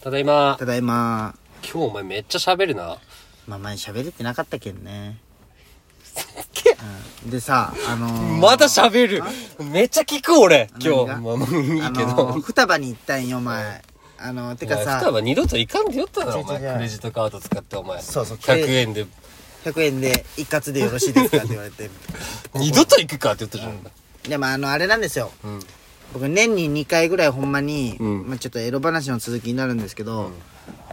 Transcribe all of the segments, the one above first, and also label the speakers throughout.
Speaker 1: ただいま
Speaker 2: ただいま
Speaker 1: 今日お前めっちゃ喋るな
Speaker 2: まあ前喋れてなかったけんね、
Speaker 1: け
Speaker 2: うん、でさあの ー、
Speaker 1: まだ喋るめっちゃ聞く俺今日
Speaker 2: 何が
Speaker 1: まあまあいい
Speaker 2: あ
Speaker 1: け
Speaker 2: のー、
Speaker 1: ど
Speaker 2: 双葉に行ったんよお前あのー、て
Speaker 1: て
Speaker 2: かさ
Speaker 1: 双葉二度といかんでよったな
Speaker 2: 違う
Speaker 1: お前
Speaker 2: 違う
Speaker 1: クレジットカード使ってお前
Speaker 2: そうそう
Speaker 1: 100円で
Speaker 2: 100円で一括でよろしいですかって言われて
Speaker 1: 二度と行くかって言ったじゃん
Speaker 2: でもあのあれなんですよ
Speaker 1: うん
Speaker 2: 僕年に2回ぐらいほんまに、
Speaker 1: うん
Speaker 2: まあ、ちょっとエロ話の続きになるんですけど、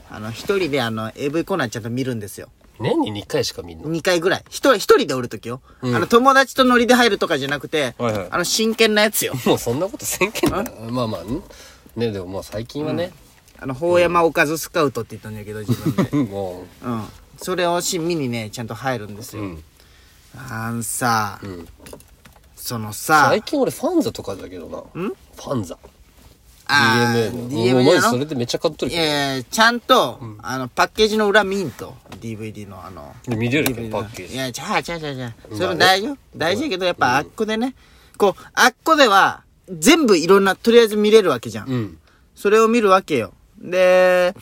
Speaker 2: あの一人であの AV コーナーちゃんと見るんですよ
Speaker 1: 年に2回しか見んの
Speaker 2: 2回ぐらい一人一人でおるときよ、
Speaker 1: うん
Speaker 2: あの友達とノリで入るとかじゃなくて、
Speaker 1: はいはい
Speaker 2: あの真剣なやつよ
Speaker 1: もうそんなことせんけんなまあまあんねでもまあ最近はね
Speaker 2: あの法山おかずスカウトって言ったんだけど自分で
Speaker 1: も
Speaker 2: うんそれをし見にねちゃんと入るんです
Speaker 1: うう
Speaker 2: よ、
Speaker 1: ん
Speaker 2: あんさ、
Speaker 1: ん
Speaker 2: そのさ
Speaker 1: 最近俺ファンザとかだけどなファンザ
Speaker 2: あー
Speaker 1: DMA の
Speaker 2: DMA
Speaker 1: もうマジ
Speaker 2: な
Speaker 1: そ
Speaker 2: の
Speaker 1: れでめっちゃ買っとる
Speaker 2: い
Speaker 1: けど
Speaker 2: やいやちゃんと、あのパッケージの裏見んと DVD のあの
Speaker 1: 見れるけ
Speaker 2: DVD
Speaker 1: ど
Speaker 2: の
Speaker 1: パッケー
Speaker 2: い
Speaker 1: ジ
Speaker 2: やちゃうちゃうちゃうちゃうそれ
Speaker 1: まあ
Speaker 2: も
Speaker 1: ね
Speaker 2: 大事よ大事やけどやっぱあっこでね、こうあっこでは全部いろんなとりあえず見れるわけじゃん、
Speaker 1: うん
Speaker 2: それを見るわけよで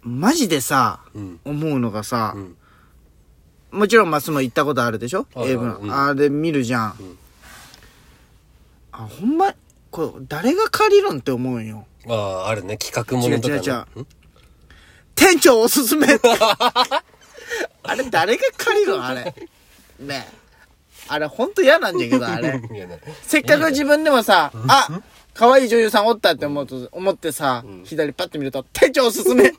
Speaker 2: マジでさ、
Speaker 1: うん
Speaker 2: 思うのがさ、
Speaker 1: ん
Speaker 2: もちろんマスも行ったことあるでしょ
Speaker 1: ある
Speaker 2: AV
Speaker 1: あるうん
Speaker 2: のあれ見るじゃん、あほんまこれ誰が借りるんって思うんよ
Speaker 1: あああるね企画ものとかね
Speaker 2: 違う違う違うん店長おす すめあれ誰が借りるんあれねえあれほんと嫌なんじゃけどあれ
Speaker 1: いやね
Speaker 2: せっかく自分でもさあ可愛い女優さんおったって思うと思ってさ、左パッて見ると店長おす すめ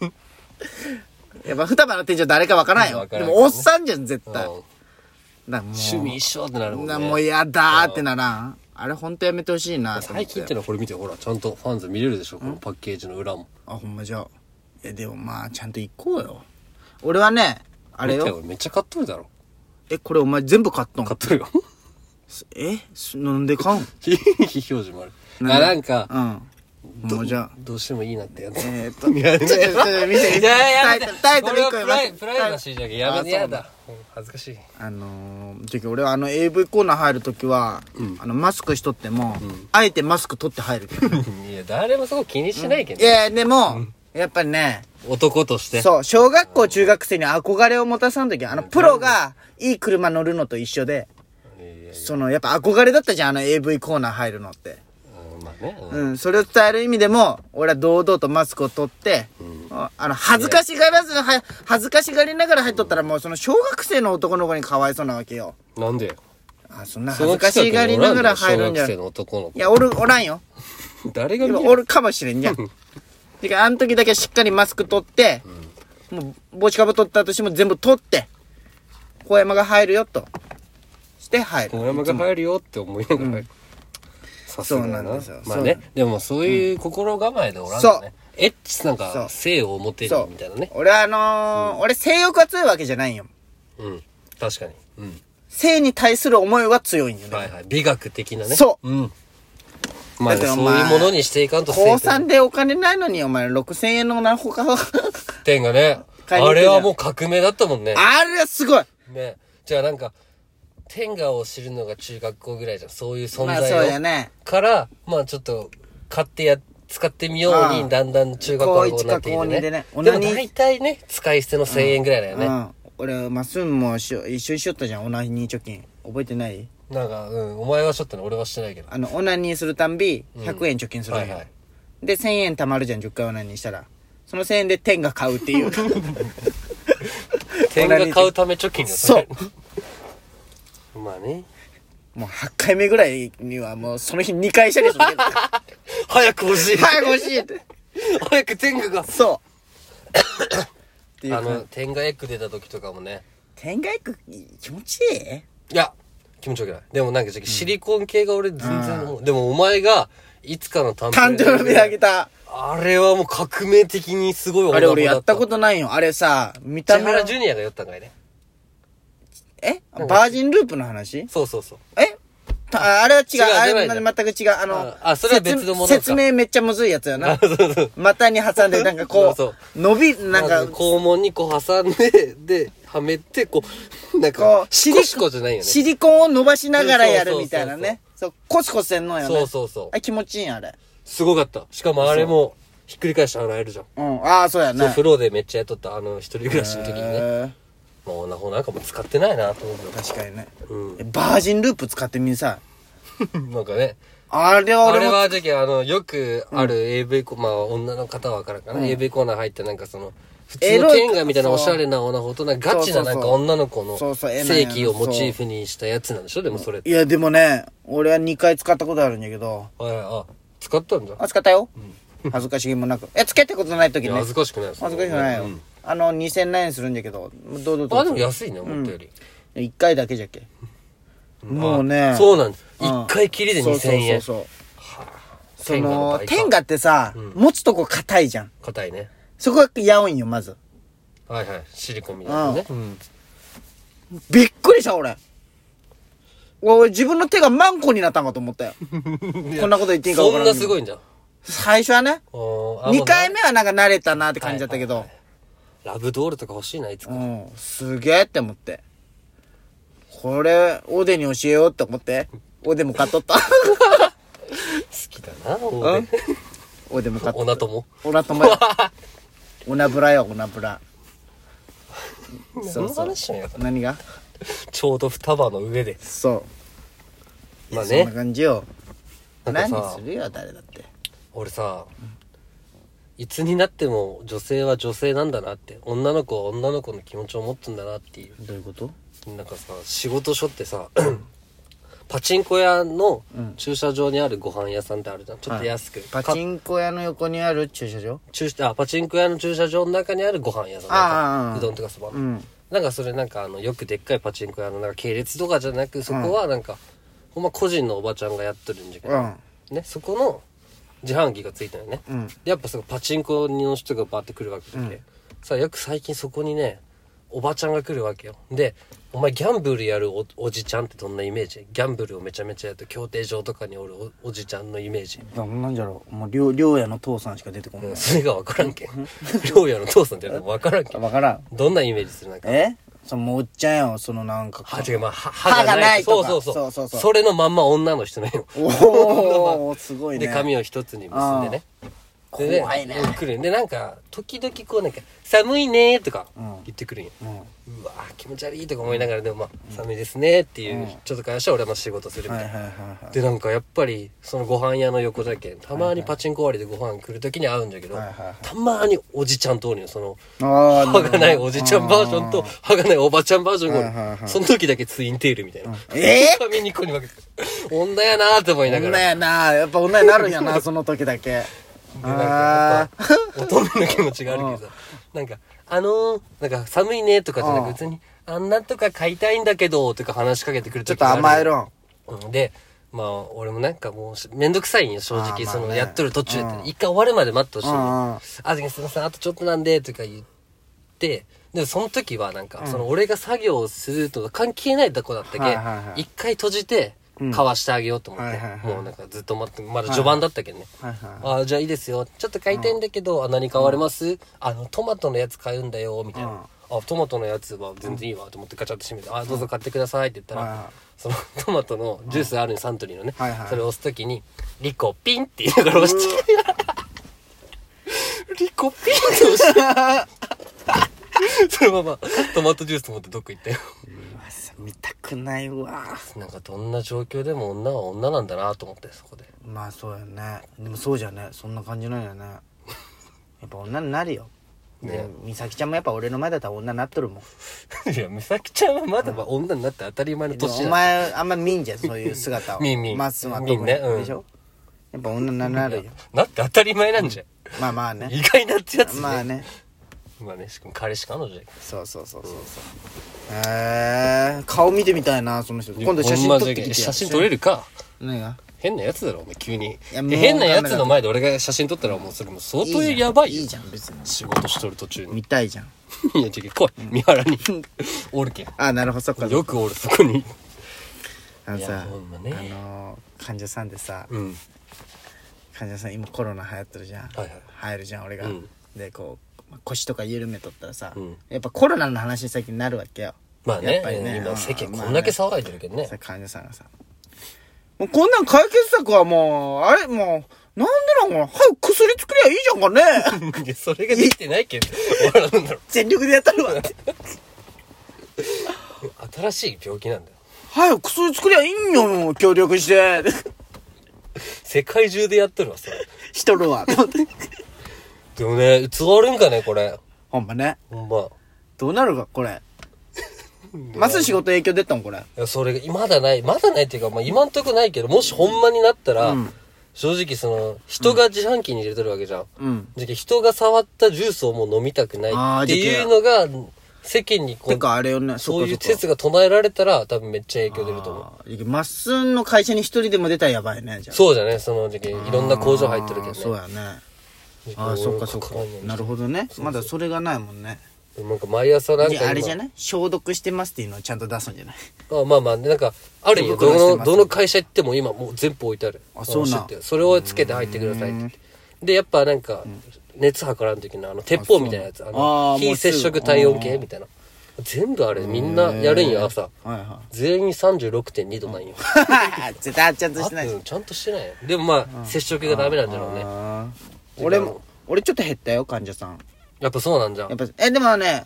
Speaker 2: やっぱ双葉の店長誰かわからんよ、
Speaker 1: わから
Speaker 2: で
Speaker 1: ん
Speaker 2: もおっさんじゃん絶
Speaker 1: うん
Speaker 2: 対、だからもう
Speaker 1: 趣味一緒ってなるもんね
Speaker 2: なもう嫌だーってならんあれほんとやめてほしいなと思っ
Speaker 1: 最近っててのはこれ見てほらちゃんとファンズ見れるでしょこのパッケージの裏も
Speaker 2: あほんまじゃえでもまあちゃんと行こうよ俺はねあ
Speaker 1: あ
Speaker 2: れよ
Speaker 1: めっちゃ買っとるだろ
Speaker 2: えこれお前全部買ったん
Speaker 1: 買っとる よ
Speaker 2: えすなんで買うん
Speaker 1: 非表示もあるあなんか
Speaker 2: うんほんまじゃ
Speaker 1: どうしてもいいなってやつ
Speaker 2: えーっと
Speaker 1: いやね
Speaker 2: ちょっとちょっと見 て
Speaker 1: いや
Speaker 2: タ
Speaker 1: や
Speaker 2: イ
Speaker 1: め
Speaker 2: ト
Speaker 1: て
Speaker 2: ルタイトル一個
Speaker 1: これは
Speaker 2: 読
Speaker 1: プ
Speaker 2: ま
Speaker 1: ラ
Speaker 2: せ
Speaker 1: イプ
Speaker 2: て
Speaker 1: ライバシーじゃんけんやめて
Speaker 2: あそ
Speaker 1: や
Speaker 2: うなん
Speaker 1: だうん恥ずかしい
Speaker 2: あのー、じゃけ俺はあの AV コーナー入るときは、あのマスクしとっても、あえてマスク取っ て入るけど
Speaker 1: いや誰もそこ気にしないけ
Speaker 2: い
Speaker 1: ど
Speaker 2: やでも、やっぱね
Speaker 1: 男として
Speaker 2: そう、小学校、中学生に憧れを持たさんとき、あの、プロが、いい車乗るのと一緒で、
Speaker 1: いやいや
Speaker 2: その、やっぱ憧れだったじゃん、あの AV コーナー入るのって。
Speaker 1: うんまあねうん
Speaker 2: うん、それを伝える意味でも、俺は堂々とマスクを取って、あの、恥ずかしがらず、は恥ずかしがりながら入っとったら、もうその、小学生の男の子にかわいそうなわけよ。
Speaker 1: なんでよ
Speaker 2: あ、そんな
Speaker 1: そ
Speaker 2: 恥
Speaker 1: の
Speaker 2: ずかしがりながら入るんじゃ
Speaker 1: 小学生
Speaker 2: ない
Speaker 1: の男の子
Speaker 2: いや、おる、おらんよ。
Speaker 1: 誰が見
Speaker 2: 今
Speaker 1: る
Speaker 2: おるかもしれんじゃん。てか、あの時だけはしっかりマスク取って、もう帽子かぶ取ったとしても全部取って、小山が入るよと。して入る。
Speaker 1: 小山が入るよって思いながらさすがだ
Speaker 2: そうなんですよ
Speaker 1: まあね
Speaker 2: そう
Speaker 1: でもそういう心構えでおらんのねエッチなん
Speaker 2: そ
Speaker 1: か
Speaker 2: う
Speaker 1: 性を表に
Speaker 2: そう
Speaker 1: みたいなね
Speaker 2: 俺あのー俺性欲が強いわけじゃないんよ。
Speaker 1: うん確かにうん
Speaker 2: 性に対する思いは強いんよね。
Speaker 1: はいはい美学的なね
Speaker 2: そう
Speaker 1: うんまあ
Speaker 2: だってお
Speaker 1: そう
Speaker 2: 前
Speaker 1: いうものにしていかんと
Speaker 2: 高
Speaker 1: 性
Speaker 2: 3でお金ないのにお前6000円のなほかは。
Speaker 1: 点がね
Speaker 2: 買いに
Speaker 1: あ
Speaker 2: 行く
Speaker 1: れ
Speaker 2: じゃん
Speaker 1: はもう革命だったもんね
Speaker 2: あれはすごい
Speaker 1: ねじゃあなんか天下を知るのが中学校ぐらいじゃんそういう存
Speaker 2: まあ
Speaker 1: 在を
Speaker 2: そうやね。
Speaker 1: から、まあちょっと、買ってや、使ってみよう
Speaker 2: う
Speaker 1: に、
Speaker 2: ん
Speaker 1: だんだん中学校はこうなってい
Speaker 2: 高
Speaker 1: って
Speaker 2: 一か高二
Speaker 1: ね
Speaker 2: でね。
Speaker 1: でも
Speaker 2: 同じ
Speaker 1: 大体ね、使い捨ての1000円ぐらいだよ
Speaker 2: う
Speaker 1: ね。
Speaker 2: ん。俺、マスンもしょ一緒にしよったじゃん、オナニー貯金。覚えてない
Speaker 1: なんか、うん、お前はしょったの、俺はしてないけ ど。
Speaker 2: あの、オナニーするたんび、100円貯金するわけ、
Speaker 1: はいはい
Speaker 2: で、1000円貯まるじゃん、10回オナニーしたら。その1000円で天が買うっ ていう。
Speaker 1: 天が買うため貯金が
Speaker 2: そう。
Speaker 1: まあね。
Speaker 2: もう8回目ぐらいにはもう、その日2回したりす るけど。
Speaker 1: 早く欲しい。
Speaker 2: 早く欲しいって。
Speaker 1: 早く天下が。
Speaker 2: そう。っていう
Speaker 1: あ
Speaker 2: か
Speaker 1: の、、天下エッグ出た時とかもね。
Speaker 2: 天外区気持ちいい
Speaker 1: いや、気持ちよくない。でもなんか、シリコン系が俺全然もう、でもお前が、いつかの誕
Speaker 2: 誕
Speaker 1: で
Speaker 2: 生日あげた。
Speaker 1: あれはもう革命的にすごい
Speaker 2: あれ俺やった
Speaker 1: と
Speaker 2: ことないよ。あれさ、見た
Speaker 1: 千
Speaker 2: 目
Speaker 1: 原
Speaker 2: は
Speaker 1: ジュニアが酔ったんかいね。
Speaker 2: えバージンループの話
Speaker 1: そうそうそう。
Speaker 2: えたあれは違う。
Speaker 1: 違うじ
Speaker 2: あ
Speaker 1: ゃな
Speaker 2: れ
Speaker 1: いじゃん
Speaker 2: ま全く違う。あの
Speaker 1: あ、あそれは別のものか
Speaker 2: 説説明めっちゃむずいやつ やな。股に挟んで、なんかこ
Speaker 1: そう
Speaker 2: う、伸び、なん
Speaker 1: ま
Speaker 2: か
Speaker 1: ず、肛門にこう挟んで、 で、はめて、こう、なん
Speaker 2: こ
Speaker 1: か、
Speaker 2: う、
Speaker 1: シコシコじゃないよね。
Speaker 2: シリコンを伸ばしながらやるみたいなね。そう、コスコスせんのよね。
Speaker 1: そうそうそう
Speaker 2: あ、気持ちいいんあれ。
Speaker 1: すごかった。しかもあれも、ひっくり返して洗えるじゃん。
Speaker 2: うん。ああ、そうや
Speaker 1: そう、
Speaker 2: ね。
Speaker 1: 風呂でめっちゃやっとった、あの、一人暮らしの時にね。
Speaker 2: へ
Speaker 1: まあ、オナホなんかも使ってないなと思
Speaker 2: ー確かにね。
Speaker 1: うよ。
Speaker 2: えバージンループ使ってみんさ。
Speaker 1: うん。 なんかね。
Speaker 2: あれは
Speaker 1: あ
Speaker 2: 俺
Speaker 1: れ
Speaker 2: も。
Speaker 1: は、じゃあ、あの、よくある AV コ、まあ、女の方はわからんかな、AV コーナー入って、なんかその、普通
Speaker 2: エ
Speaker 1: の
Speaker 2: ロい
Speaker 1: 天下みたいなおしゃれなオナホと、なんかガチな
Speaker 2: そうそ
Speaker 1: な
Speaker 2: う
Speaker 1: ん
Speaker 2: そう
Speaker 1: か女の子の
Speaker 2: そうそうえな
Speaker 1: 正規をモチーフにしたやつなんでしょでもそれって。
Speaker 2: いや、でもね、俺は2回使ったことあるんやけど。
Speaker 1: はい、あ、使ったんだ。
Speaker 2: あ、使ったよ。恥ずかしげもなく。え、つけたことない時
Speaker 1: い
Speaker 2: ね。
Speaker 1: や恥ずかしくないです
Speaker 2: 恥ずかしくないよ。
Speaker 1: うん
Speaker 2: あの、2000円するんだけど、どうぞどうぞ。
Speaker 1: あ、でも安いね、思ったより。
Speaker 2: 1回だけじゃっけ。もうね。
Speaker 1: あそうなんです。
Speaker 2: うん
Speaker 1: 一回きりで
Speaker 2: そう
Speaker 1: 2000円。
Speaker 2: そうそうそう。そ
Speaker 1: 天下
Speaker 2: の、
Speaker 1: 倍か
Speaker 2: 天下ってさ、持つとこ硬いじゃん。
Speaker 1: 硬いね。
Speaker 2: そこがやおいんよ、まず。
Speaker 1: はいはい。シリコンみたいなね。うん。
Speaker 2: びっくりした、俺。俺、自分の手がマンコになったんかと思っ たよ。こんなこと言っていいか分
Speaker 1: そ
Speaker 2: か
Speaker 1: んな
Speaker 2: らんけど
Speaker 1: すごいんじゃん。
Speaker 2: 最初はね。
Speaker 1: 2
Speaker 2: 2回目はなんか慣れたなって感じだったけど。
Speaker 1: ラブドールとか欲しいな、いつか。
Speaker 2: うん、すげえって思って。これ、オデに教えようって思って。オデも買っ とった。
Speaker 1: 好きだな、俺ね。
Speaker 2: オデも買っと
Speaker 1: オ
Speaker 2: っ
Speaker 1: ナとも。
Speaker 2: た。オナ友よ。オナブラよ、オナブラ。そう
Speaker 1: 何の
Speaker 2: そう
Speaker 1: 話。しなよ。
Speaker 2: 何が
Speaker 1: ちょうど双葉の上で。
Speaker 2: そ
Speaker 1: まあ
Speaker 2: う。そんな
Speaker 1: ね。
Speaker 2: 感じよ。
Speaker 1: なんか
Speaker 2: 何
Speaker 1: さ
Speaker 2: するよ、誰だって。
Speaker 1: 俺さ、いつになっても女性は女性なんだなって。女の子は女の子の気持ちを持つんだなっていう。
Speaker 2: どういうこと
Speaker 1: なんかさ、仕事所ってさ、 パチンコ屋の駐車場にあるご飯屋さんってあるじゃん。ちょっと安く。
Speaker 2: パ
Speaker 1: ン
Speaker 2: チンコ屋の横にある駐車場
Speaker 1: 駐車あパチンコ屋の駐車場の中にあるご飯屋さん
Speaker 2: あ
Speaker 1: なん
Speaker 2: あ
Speaker 1: かうどんとかそばの、
Speaker 2: うん
Speaker 1: なんかそれなんかあのよくでっかいパチンコ屋のなんか系列とかじゃなくそこはなんか、ほんま個人のおばちゃんがやってるんじゃけど、
Speaker 2: うん。
Speaker 1: ねそこの自販機がついたよね、
Speaker 2: うん
Speaker 1: でやっぱそのパチンコの人がバーって来るわけで、さあよく最近そこにねおばちゃんが来るわけよでお前ギャンブルやるおおじちゃんってどんなイメージギャンブルをめちゃめちゃやって競艇場とかにおるおおじちゃんのイメージ
Speaker 2: どんなんじゃろう。もう、りょう、りょうやの父さんしか出てこない。
Speaker 1: それが分からんけん。両家の父さんってやるの分からんけん。
Speaker 2: わからん。
Speaker 1: どんなイメージするなんか。
Speaker 2: えそのもうおっちゃんやん、そのなんか。
Speaker 1: 歯違う、まあ、歯
Speaker 2: 歯がない
Speaker 1: そう
Speaker 2: とか
Speaker 1: そうそう。
Speaker 2: そうそうそう
Speaker 1: それのまんま女の人なのよ。
Speaker 2: おお、すごい ね。
Speaker 1: で、髪を一つに結んでね。でね
Speaker 2: 怖いね。
Speaker 1: 来るんで、なんか、時々こうなんか、寒いねーとか
Speaker 2: ん
Speaker 1: 言ってくるんよ。
Speaker 2: うん。
Speaker 1: うわー気持ち悪いとか思いながら、でもまあ、寒いですねーっていう、ちょっと会社は俺も仕事するみたい
Speaker 2: は
Speaker 1: ない
Speaker 2: はいはいはい。
Speaker 1: でなんかやっぱりそのご飯屋の横だけんたまにパチンコ終わりでご飯来る時に会うんだけど、
Speaker 2: はいはいはい
Speaker 1: たまにおじちゃん通りのその
Speaker 2: あー
Speaker 1: 歯がないおじちゃんバージョンと歯がないおばちゃんバージョンが
Speaker 2: はいはい
Speaker 1: あ
Speaker 2: は
Speaker 1: る
Speaker 2: い
Speaker 1: その時だけツインテールみたいな、
Speaker 2: えー
Speaker 1: 髪にこに分けて 女やなーって思いながら
Speaker 2: 女やなやっぱ女になるん やな、その時だけ。
Speaker 1: でなんかや
Speaker 2: あ
Speaker 1: っぱ乙女の気持ちがあるけどさなんか「あのー、なんか寒いね」とかじゃなく
Speaker 2: うん
Speaker 1: 別に「あんなんとか買いたいんだけど」とか話しかけてくる
Speaker 2: ちょっ
Speaker 1: 時
Speaker 2: と
Speaker 1: がある
Speaker 2: 甘えるん。
Speaker 1: うんで、まあ、俺もなんかもうし、めんどくさいんよ、正
Speaker 2: あー
Speaker 1: 直。
Speaker 2: まあ
Speaker 1: その、
Speaker 2: ね
Speaker 1: やっとる途中
Speaker 2: うん
Speaker 1: で。一回終わるまで待ってほしいの
Speaker 2: う
Speaker 1: に。
Speaker 2: んうん
Speaker 1: あ、すいません、あとちょっとなんで、とか言って、でもその時はなんか、その、俺が作業をするとか関係ないとこだったけ、
Speaker 2: はいはいはい
Speaker 1: 一回閉じて、かわしてあげようと思って
Speaker 2: はいはいは。い
Speaker 1: もうなんかずっと待って、まだ序盤だったけどね。
Speaker 2: はいは
Speaker 1: あじゃあいいですよ。ちょっと買いたいんだけど、あ、何買われます、あの、トマトのやつ買うんだよ、みたいな。
Speaker 2: うん
Speaker 1: あ、トマトのやつは全然いいわ、と思ってガチャって閉めて、あ、どうぞ買ってくださいって言ったら、
Speaker 2: はいはい
Speaker 1: その トマトのジュースあるんサントリーのね、
Speaker 2: はいはい
Speaker 1: それを押すときに、リコピンって言いながら押して、 リコピンって押して、そのままトマトジュース持ってどっか行ったよ。
Speaker 2: い。見たくないわ。
Speaker 1: なんかどんな状況でも女は女なんだなと思って、そこで。
Speaker 2: まあそうやね。でもそうじゃね。そんな感じなんやね。やっぱ女になるよ。ね、美咲ちゃんもやっぱ俺の前だったら女になっとるもん。
Speaker 1: いや、美咲ちゃんはまだまあ女になって当たり前の
Speaker 2: で
Speaker 1: 年
Speaker 2: も
Speaker 1: だ
Speaker 2: お前あんま見んじゃんそういう姿 を
Speaker 1: 見ん見ん
Speaker 2: まっすぐは
Speaker 1: 見んねうん
Speaker 2: でしょやっぱ女になるよ
Speaker 1: なって当たり前なんじゃん。
Speaker 2: まあまあね
Speaker 1: 意外なってやつね。
Speaker 2: まあ。ね
Speaker 1: まあね、しかも彼氏彼女じゃん。
Speaker 2: そうそうそうそうそうへえー、顔見てみたいなその人今度写真撮ってきてや
Speaker 1: 写真撮れるか。
Speaker 2: 何が
Speaker 1: 変なやつだろ、お前急に。
Speaker 2: やもう
Speaker 1: 変なやつの前で俺が写真撮ったらもうそれもう相当やばいよ
Speaker 2: いいじゃん別に
Speaker 1: 仕事しとる途中に。
Speaker 2: 見たいじゃん
Speaker 1: いや、違う、来い。三原に。おるけん。
Speaker 2: あなるほどそっか
Speaker 1: よくおる、そこに。
Speaker 2: あの
Speaker 1: いや
Speaker 2: さ、
Speaker 1: ほんま
Speaker 2: あ
Speaker 1: ね
Speaker 2: のー患者さんでさ、
Speaker 1: うん。
Speaker 2: 患者さん今コロナ流行ってるじゃん、
Speaker 1: はいはい
Speaker 2: 入るじゃん俺が、
Speaker 1: うん
Speaker 2: でこうまあ腰とか緩めとったらさ、
Speaker 1: うん
Speaker 2: やっぱコロナの話に最近なるわけよ
Speaker 1: まあ
Speaker 2: や
Speaker 1: ね
Speaker 2: っぱり、ね
Speaker 1: 今
Speaker 2: うん
Speaker 1: 世間
Speaker 2: まあ
Speaker 1: こんだけ騒いでるけどね
Speaker 2: さ。患者さんがさもうこんなん解決策はもうあれもうなんでなんかな早く薬作りゃいいじゃんかね
Speaker 1: いやそれができてないけど笑うんだろ
Speaker 2: 全力でやったるわって。
Speaker 1: 新しい病気なんだよ
Speaker 2: 早く薬作りゃいいんよ、協力して。
Speaker 1: 世界中でやっとるわそれ
Speaker 2: しとるわ。と思って
Speaker 1: でもね器あるんかねこれ
Speaker 2: ほんまね。
Speaker 1: ほんま
Speaker 2: どうなるか、これ。ます仕事影響出たんこれ。
Speaker 1: いやそれがまだないまだないっていうか、まあ、今んとこないけどもしほんまになったら、正直その人が自販機に入れとるわけじゃん、
Speaker 2: うん。
Speaker 1: じゃけ人が触ったジュースをもう飲みたく
Speaker 2: あ
Speaker 1: ない
Speaker 2: ー
Speaker 1: っていうのが世間にこ
Speaker 2: て
Speaker 1: う
Speaker 2: か、あれよね、
Speaker 1: そういう
Speaker 2: 説
Speaker 1: 説が唱えられたら多分めっちゃ影響出ると思う
Speaker 2: う。まっすんの会社に一人でも出たらやばいね、じゃあ。
Speaker 1: そうじゃねその時期いろんな工場入ってるけ
Speaker 2: あーそう
Speaker 1: どね
Speaker 2: やね。ああ、そっかそっか。なるほどね。まだそれがないもんね。
Speaker 1: どなんか毎朝なんか
Speaker 2: じゃあ、
Speaker 1: 今
Speaker 2: あれじゃない消毒してますっていうのをちゃんと出すんじゃない
Speaker 1: あまあまあなんかあるんよ
Speaker 2: 手袋して
Speaker 1: ど
Speaker 2: ま
Speaker 1: の
Speaker 2: す
Speaker 1: どの会社行っても今もう全部置いてある
Speaker 2: あそうなん
Speaker 1: の知ってるそれをつけて入ってくださいって言ってでやっぱなんか熱測らん時のあの鉄砲みたいなやつあ
Speaker 2: あ
Speaker 1: の
Speaker 2: ー
Speaker 1: 非
Speaker 2: もうすぐ
Speaker 1: 接触体温計みたいな全部あれみんなやるんよ朝
Speaker 2: はいは
Speaker 1: 全員36.2度なんよ
Speaker 2: い。 絶対ちゃんとしてないし
Speaker 1: あ。ちゃんとしてないよでもまあ接触がダメなんだろうね
Speaker 2: あー俺も、俺ちょっと減ったよ、患者さん。
Speaker 1: やっぱそうなんじゃ
Speaker 2: やっ
Speaker 1: ん
Speaker 2: ぱ、え、でもね、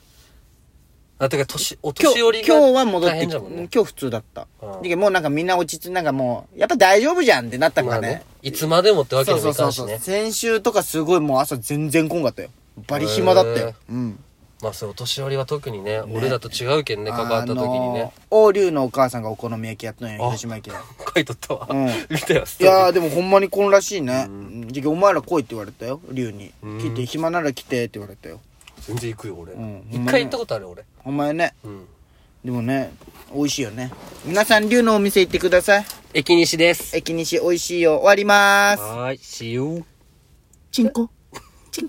Speaker 1: あてか年お
Speaker 2: 今
Speaker 1: 年
Speaker 2: 日、
Speaker 1: 寄り
Speaker 2: 今
Speaker 1: が
Speaker 2: 日は戻っ
Speaker 1: 大
Speaker 2: て
Speaker 1: 変
Speaker 2: き
Speaker 1: じ
Speaker 2: た、
Speaker 1: ゃもんね
Speaker 2: 今日普通だった。
Speaker 1: うん
Speaker 2: で、もうなんかみんな落ち着いて、なんかもう、やっぱ大丈夫じゃんってなったか
Speaker 1: ま
Speaker 2: ら
Speaker 1: あ
Speaker 2: ね
Speaker 1: ね。いつまでもってわけ
Speaker 2: そう
Speaker 1: に
Speaker 2: そ
Speaker 1: も
Speaker 2: う
Speaker 1: い
Speaker 2: そ
Speaker 1: かし
Speaker 2: うんそう、
Speaker 1: ね
Speaker 2: 先週とかすごいもう朝全然こんかったよ。バリ暇だったよ
Speaker 1: へー。
Speaker 2: うん。
Speaker 1: まあそういうお年寄りは特にね俺らと違うけんね関わった時にね
Speaker 2: あのー、王龍のお母さんがお好み焼きやったのよ、
Speaker 1: あ
Speaker 2: 広島焼きの。
Speaker 1: 書いとったわ、
Speaker 2: うん
Speaker 1: 見たよス
Speaker 2: い
Speaker 1: トーリー
Speaker 2: やーでもほんまにこんらしいね。うんじゃあお前ら来いって言われたよ、龍に。
Speaker 1: うん
Speaker 2: 来て、暇なら来てって言われたよ。
Speaker 1: 全然行くよ俺、
Speaker 2: うん
Speaker 1: 一回行ったことある俺
Speaker 2: お前ね。
Speaker 1: うん
Speaker 2: でもね、美味しいよね。皆さん、龍のお店行ってください。
Speaker 1: 駅西です
Speaker 2: 駅西美味しいよ。終わりまーす。
Speaker 1: はーい See you
Speaker 2: チンコ。